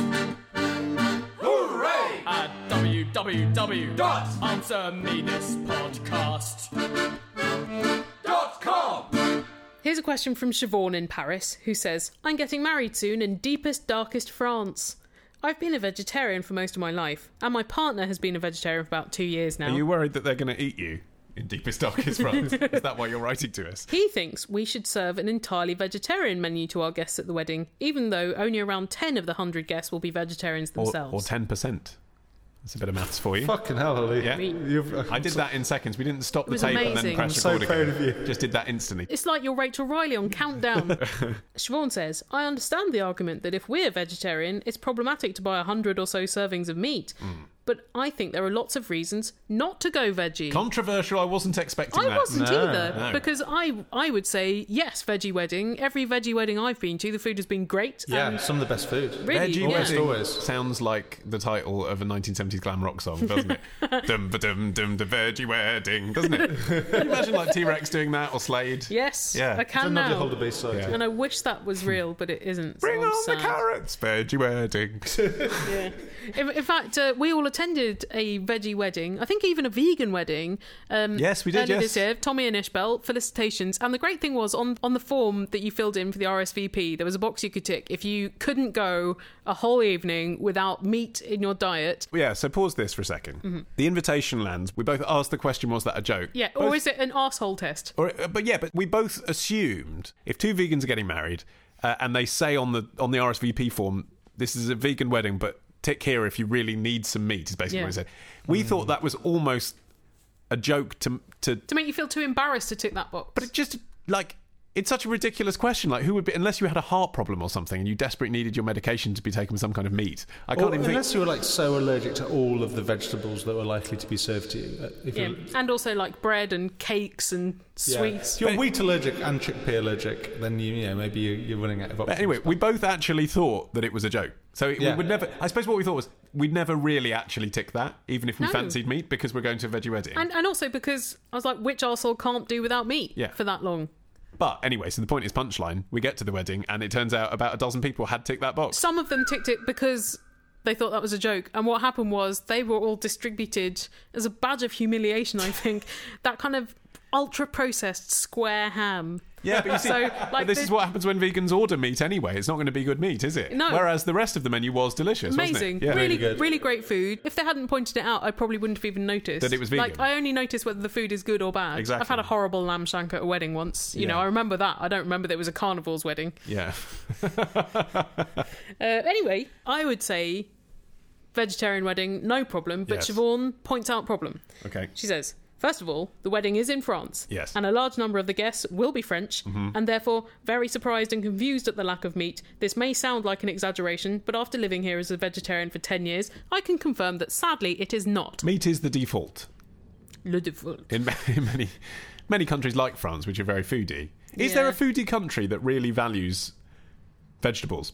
J: Hooray! At www.answermethispodcast.com.
D: Here's a question from Siobhan in Paris, who says, I'm getting married soon in deepest, darkest France. I've been a vegetarian for most of my life, and my partner has been a vegetarian for about two years now.
B: Are you worried that they're going to eat you in deepest, darkest France? Is that why you're writing to us?
D: He thinks we should serve an entirely vegetarian menu to our guests at the wedding, even though only around 10 of the 100 guests will be vegetarians
B: Or,
D: themselves.
B: or 10%. That's a bit of maths for you.
C: Fucking hell, Ollie.
B: Yeah.
C: You've- uh,
B: I did that in seconds. We didn't stop the
D: was
B: tape and
D: amazing.
B: then press
C: I'm so
B: record
C: proud
B: again.
C: of
B: Just did that instantly.
D: It's like your Rachel Riley on Countdown. Siobhan says, I understand the argument that if we're vegetarian, it's problematic to buy a hundred or so servings of meat.
B: Hmm.
D: But I think there are lots of reasons not to go veggie.
B: Controversial. I wasn't expecting
D: I
B: that.
D: wasn't
C: No,
D: either
B: no.
D: because I I would say yes veggie wedding every veggie wedding I've been to the food has been great
C: Yeah,
D: and
C: some of the best food.
D: really
B: Veggie
D: yeah.
B: Wedding
C: always.
B: sounds like the title of a 1970s glam rock song, doesn't it? dum ba dum dum the Veggie Wedding, doesn't it? Can you imagine like T Rex doing that or Slade?
D: yes
B: Yeah.
D: I
B: It's
D: can
C: Another
D: now
C: Holderbeast side.
B: Yeah.
D: and I wish that was real but it isn't so
B: Bring
D: I'm
B: on
D: sad.
B: the carrots, Veggie Wedding.
D: in, in fact uh, we all attended a veggie wedding I think even a vegan wedding um,
B: Yes, we did,
D: earlier
B: yes.
D: this year Tommy and Ishbel felicitations and the great thing was on on the form that you filled in for the RSVP there was a box you could tick if you couldn't go a whole evening without meat in your diet
B: yeah, so pause this for a 2nd The invitation lands. We both asked the question, was that a joke?
D: Mm-hmm. yeah
B: Both-
D: or is it an asshole test
B: Or, uh, but yeah, but we both assumed if two vegans are getting married uh, and they say on the on the RSVP form, this is a vegan wedding, but tick here if you really need some meat. Is basically
D: Yeah.
B: what he said. We thought that was almost a joke to to,
D: to make you feel too embarrassed to tick that box.
B: but it just like. It's such a ridiculous question. Like, who would be unless you had a heart problem or something and you desperately needed your medication to be taken with some kind of meat? I can't
C: Or
B: even think.
C: unless you were like so allergic to all of the vegetables that were likely to be served to you. Uh, If
D: yeah.
C: you're,
D: And also like bread and cakes and
C: Yeah.
D: sweets.
C: If you're wheat allergic and chickpea allergic, then you, you know maybe you, you're running out of options.
B: But anyway, we both actually thought that it was a joke. So it,
C: Yeah.
B: we would never. I suppose what we thought was we'd never really actually tick that, even if we
D: No.
B: fancied meat, because we're going to a veggie wedding.
D: And, and also because I was like, which arsehole can't do without meat
B: Yeah.
D: for that long?
B: But anyway, so the point is punchline. We get to the wedding, and it turns out about a dozen people had ticked that box.
D: Some of them ticked it because they thought that was a joke. And what happened was they were all distributed as a badge of humiliation, I think. that kind of ultra processed square ham.
B: Yeah, but you see,
D: So,
B: but
D: like,
B: this
D: the-
B: is what happens when vegans order meat anyway. It's not going to be good meat, is it?
D: No.
B: Whereas the rest of the menu was delicious,
D: Amazing.
B: wasn't it? Yeah.
D: really,
C: good.
D: really great food. If they hadn't pointed it out, I probably wouldn't have even noticed.
B: That it was vegan.
D: Like, I only noticed whether the food is good or bad.
B: Exactly.
D: I've had a horrible lamb shank at a wedding once. You know,
B: Yeah.
D: I remember that. I don't remember that it was a carnival's wedding.
B: Yeah.
D: Uh, anyway, I would say vegetarian wedding, no problem. But
B: Yes.
D: Siobhan points out problem.
B: Okay.
D: She says, first of all, the wedding is in France.
B: Yes. Mm-hmm.
D: And a large number of the guests will be French, and therefore very surprised and confused at the lack of meat. This may sound like an exaggeration, but after living here as a vegetarian for 10 years, I can confirm that sadly it is not.
B: Meat is the default
D: Le default.
B: in, ma- in many many countries like France, which are very foodie. Is there
D: Yeah.
B: a foodie country that really values vegetables?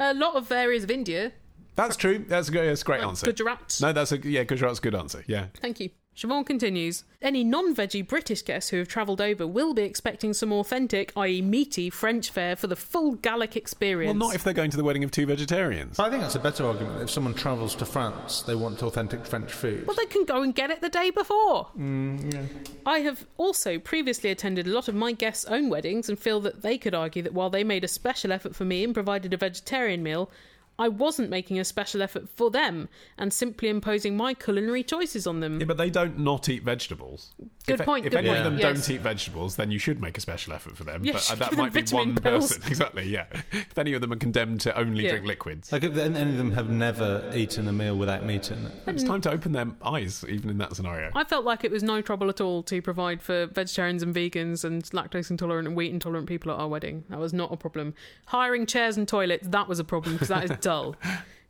D: A lot of areas of India,
B: That's true. That's a good, that's a great answer.
D: Gujarat.
B: No, that's a yeah. Gujarat's a good answer. Yeah.
D: Thank you. Siobhan continues Any non veggie British guests who have travelled over will be expecting some authentic, i.e., meaty, French fare for the full Gallic
B: Well,
D: experience.
B: not if they're going to the wedding of two vegetarians.
C: I think that's a better argument. If someone travels to France, they want authentic French food.
D: Well, they can go and get it the day before.
B: Mm,
D: I have also previously attended a lot of my guests' own weddings and feel that they could argue that while they made a special effort for me and provided a vegetarian meal, I wasn't making a special effort for them and simply imposing my culinary choices on them.
B: Yeah, but they don't not eat vegetables.
D: Good
B: if,
D: point,
B: If
D: good
B: any of
D: point,
B: them
D: yes.
B: don't eat vegetables, then you should make a special effort for them.
D: Yeah,
B: but uh,
D: should
B: that
D: give them
B: might be
D: vitamin
B: one
D: pills.
B: person. Exactly. Yeah. If any of them are condemned to only
D: Yeah.
B: drink liquids,
C: Like if any of them have never eaten a meal without meat in it.
B: it's time to open their eyes, even in that scenario.
D: I felt like it was no trouble at all to provide for vegetarians and vegans and lactose intolerant and wheat intolerant people at our wedding. That was not a problem. Hiring chairs and toilets, that was a problem because that is dull.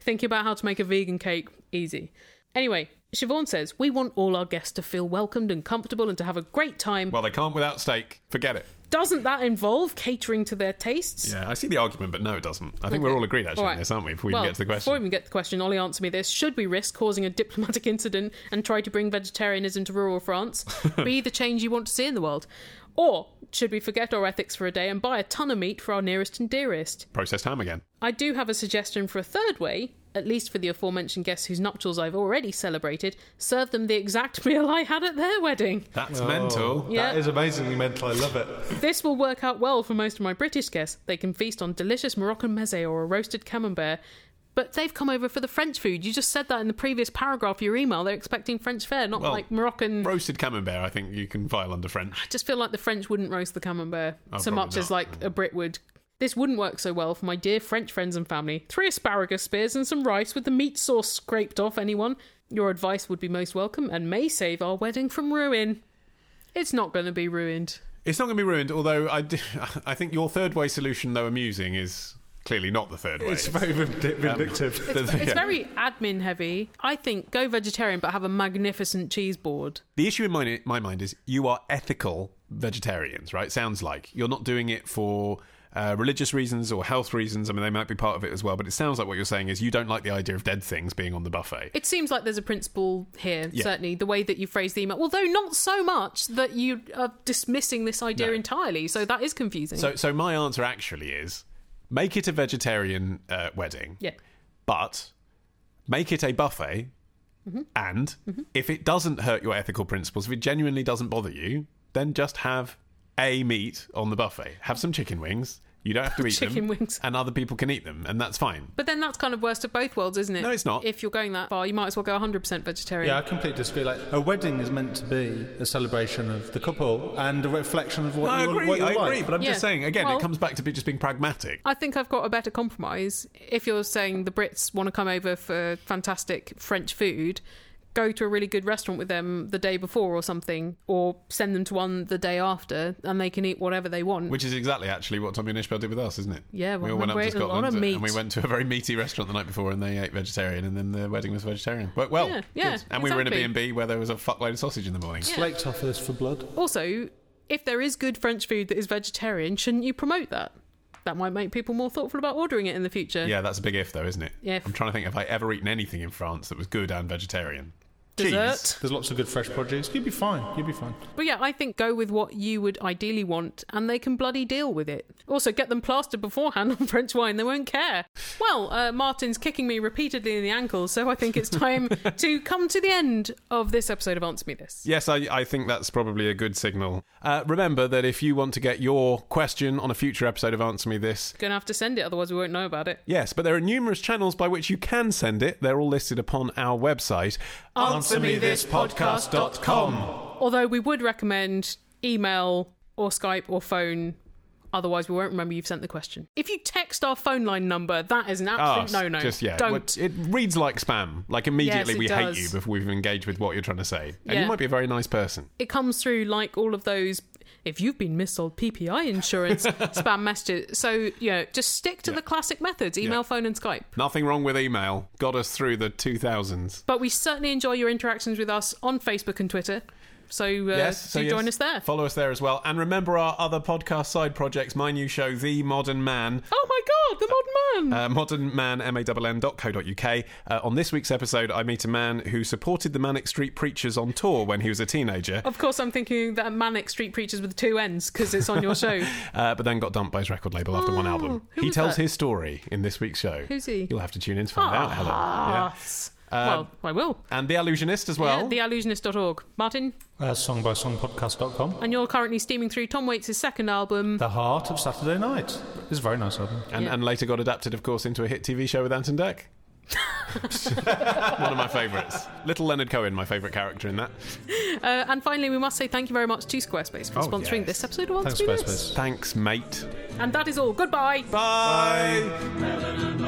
D: Thinking about how to make a vegan cake, easy. Anyway, Siobhan says, We want all our guests to feel welcomed and comfortable and to have a great time.
B: well, they can't without steak. Forget it.
D: Doesn't that involve catering to their tastes?
B: Yeah, I see the argument, but no, it doesn't. I think we're
D: Okay.
B: all agreed actually
D: All
B: on
D: right.
B: this, aren't we? Before we
D: Well,
B: even get to the
D: Before we
B: question.
D: even get to the question, Ollie, answer me this. Should we risk causing a diplomatic incident and try to bring vegetarianism to rural France? Be the change you want to see in the world? Or should we forget our ethics for a day and buy a ton of meat for our nearest and dearest?
B: Processed ham again.
D: I do have a suggestion for a third way, at least for the aforementioned guests whose nuptials I've already celebrated, serve them the exact meal I had at their wedding.
B: That's
C: Oh.
B: mental.
D: Yeah.
C: That is amazingly mental. I love it.
D: This will work out well for most of my British guests. They can feast on delicious Moroccan meze or a roasted camembert. But they've come over for the French food. You just said that in the previous paragraph of your email. They're expecting French fare, not
B: Well,
D: like Moroccan.
B: Roasted camembert, I think you can file under French.
D: I just feel like the French wouldn't roast the camembert so
B: Oh, probably
D: much
B: not.
D: as like a Brit would. This wouldn't work so well for my dear French friends and family. Three asparagus spears and some rice with the meat sauce scraped off anyone. Your advice would be most welcome and may save our wedding from ruin. It's not going to be ruined.
B: It's not going to be ruined, although I, d- I think your third way solution, though amusing, is clearly not the third way.
C: It's very vindic- vindictive.
B: The-
D: It's
B: yeah.
D: very admin heavy. I think go vegetarian but have a magnificent cheese board.
B: The issue in my, my mind is you are ethical vegetarians, right? Sounds like you're not doing it for uh, religious reasons or health reasons. I mean, they might be part of it as well, but it sounds like what you're saying is you don't like the idea of dead things being on the buffet.
D: It seems like there's a principle here,
B: Yeah.
D: certainly, the way that you phrase the email. Although not so much that you are dismissing this idea entirely, so that is confusing.
B: So, so my answer actually is make it a vegetarian uh, wedding,
D: yeah.
B: but make it a buffet.
D: Mm-hmm.
B: And if it doesn't hurt your ethical principles, if it genuinely doesn't bother you, then just have a meat on the buffet. Have some chicken wings. You don't have to eat
D: Chicken
B: them,
D: wings.
B: and other people can eat them, and that's fine.
D: But then that's kind of worst of both worlds, isn't it?
B: No, it's not.
D: If you're going that far, you might as well go 100% vegetarian.
C: Yeah, I completely disagree. Like a wedding is meant to be a celebration of the couple and a reflection of what
B: I
C: you
B: agree.
C: what you
B: I
C: like.
B: agree. But I'm
D: Yeah.
B: just saying again,
D: Well-
B: it comes back to be just being pragmatic.
D: I think I've got a better compromise. If you're saying the Brits want to come over for fantastic French food, go to a really good restaurant with them the day before or something, or send them to one the day after, and they can eat whatever they want.
B: Which is exactly actually what Tommy and Ishbel did with us, isn't it?
D: Yeah,
B: we
D: well,
B: all went up
D: we
B: to
D: ate a lot
B: Scotland
D: of meat.
B: and we went to a very meaty restaurant the night before, and they ate vegetarian, and then the wedding was vegetarian. But well,
D: Yeah, yeah,
B: good. and we were in a B
D: exactly.
B: and B where there was a fuckload of sausage in the morning.
C: Flaked offers for blood.
D: Also, if there is good French food that is vegetarian, shouldn't you promote that? That might make people more thoughtful about ordering it in the future.
B: Yeah, that's a big if, though, isn't it?
D: Yeah.
B: I'm trying to think if I ever eaten anything in France that was good and vegetarian.
D: Dessert.
C: There's lots of good fresh produce. You'd be fine. You'd be fine.
D: But yeah, I think go with what you would ideally want, and they can bloody deal with it. Also, get them plastered beforehand on French wine; they won't care. Well, uh, Martin's kicking me repeatedly in the ankles, so I think it's time to come to the end of this episode of Answer Me This.
B: Yes, I, I think that's probably a good signal. Uh, remember that if you want to get your question on a future episode of Answer Me This,
D: Gonna have to send it, otherwise we won't know about it.
B: Yes, but there are numerous channels by which you can send it. They're all listed upon our website.
I: AnswerMeThisPodcast.com.
D: Although we would recommend email or Skype or phone. Otherwise, we won't remember you've sent the question. If you text our phone line number, that is an
B: Ah,
D: absolute no-no.
B: Just yeah,
D: Don't.
B: What- It reads like spam. Like immediately
D: Yes, it
B: we
D: does.
B: hate you before we've engaged with what you're trying to say. And
D: Yeah.
B: you might be a very nice person.
D: it comes through like all of those if you've been missold PPI insurance spam messages. So, you know, just stick to the classic methods email,
B: Yeah.
D: phone, and Skype.
B: Nothing wrong with email. Got us through the 2000s.
D: But we certainly enjoy your interactions with us on Facebook and Twitter. So, uh, do
B: so
D: join us there.
B: Follow us there as well. And remember our other podcast side projects, my new show, The Modern Man.
D: oh my God, the modern man!
B: Uh, modernmanmawm.co.uk. Uh, on this week's episode, I meet a man who supported the Manic Street Preachers on tour when he was a teenager.
D: of course, I'm thinking that Manic Street Preachers with two N's because it's on your show.
B: uh, but then got dumped by his record label after one album.
D: Oh, who
B: He
D: was
B: tells
D: that?
B: his story in this week's show.
D: Who's he?
B: You'll have to tune in to find out, Helen. Yeah.
D: Yes. well, I will.
B: And The Allusionist as well.
D: Yeah, theallusionist.org. Martin,
C: Uh, songbysongpodcast.com.
D: and you're currently steaming through Tom Waits' second album.
C: The Heart of Saturday Night. It's a very nice album.
B: and,
D: Yeah.
B: and later got adapted, of course, into a hit TV show with Anton Deck. One of my favourites. Little Leonard Cohen, my favourite character in that.
D: Uh, and finally, we must say thank you very much to Squarespace for
B: Oh,
D: sponsoring
B: yes.
D: this episode of Once
C: Thanks,
D: Be This.
C: Space Space.
B: Thanks, mate.
D: And that is all. Goodbye.
B: Bye.
I: Bye.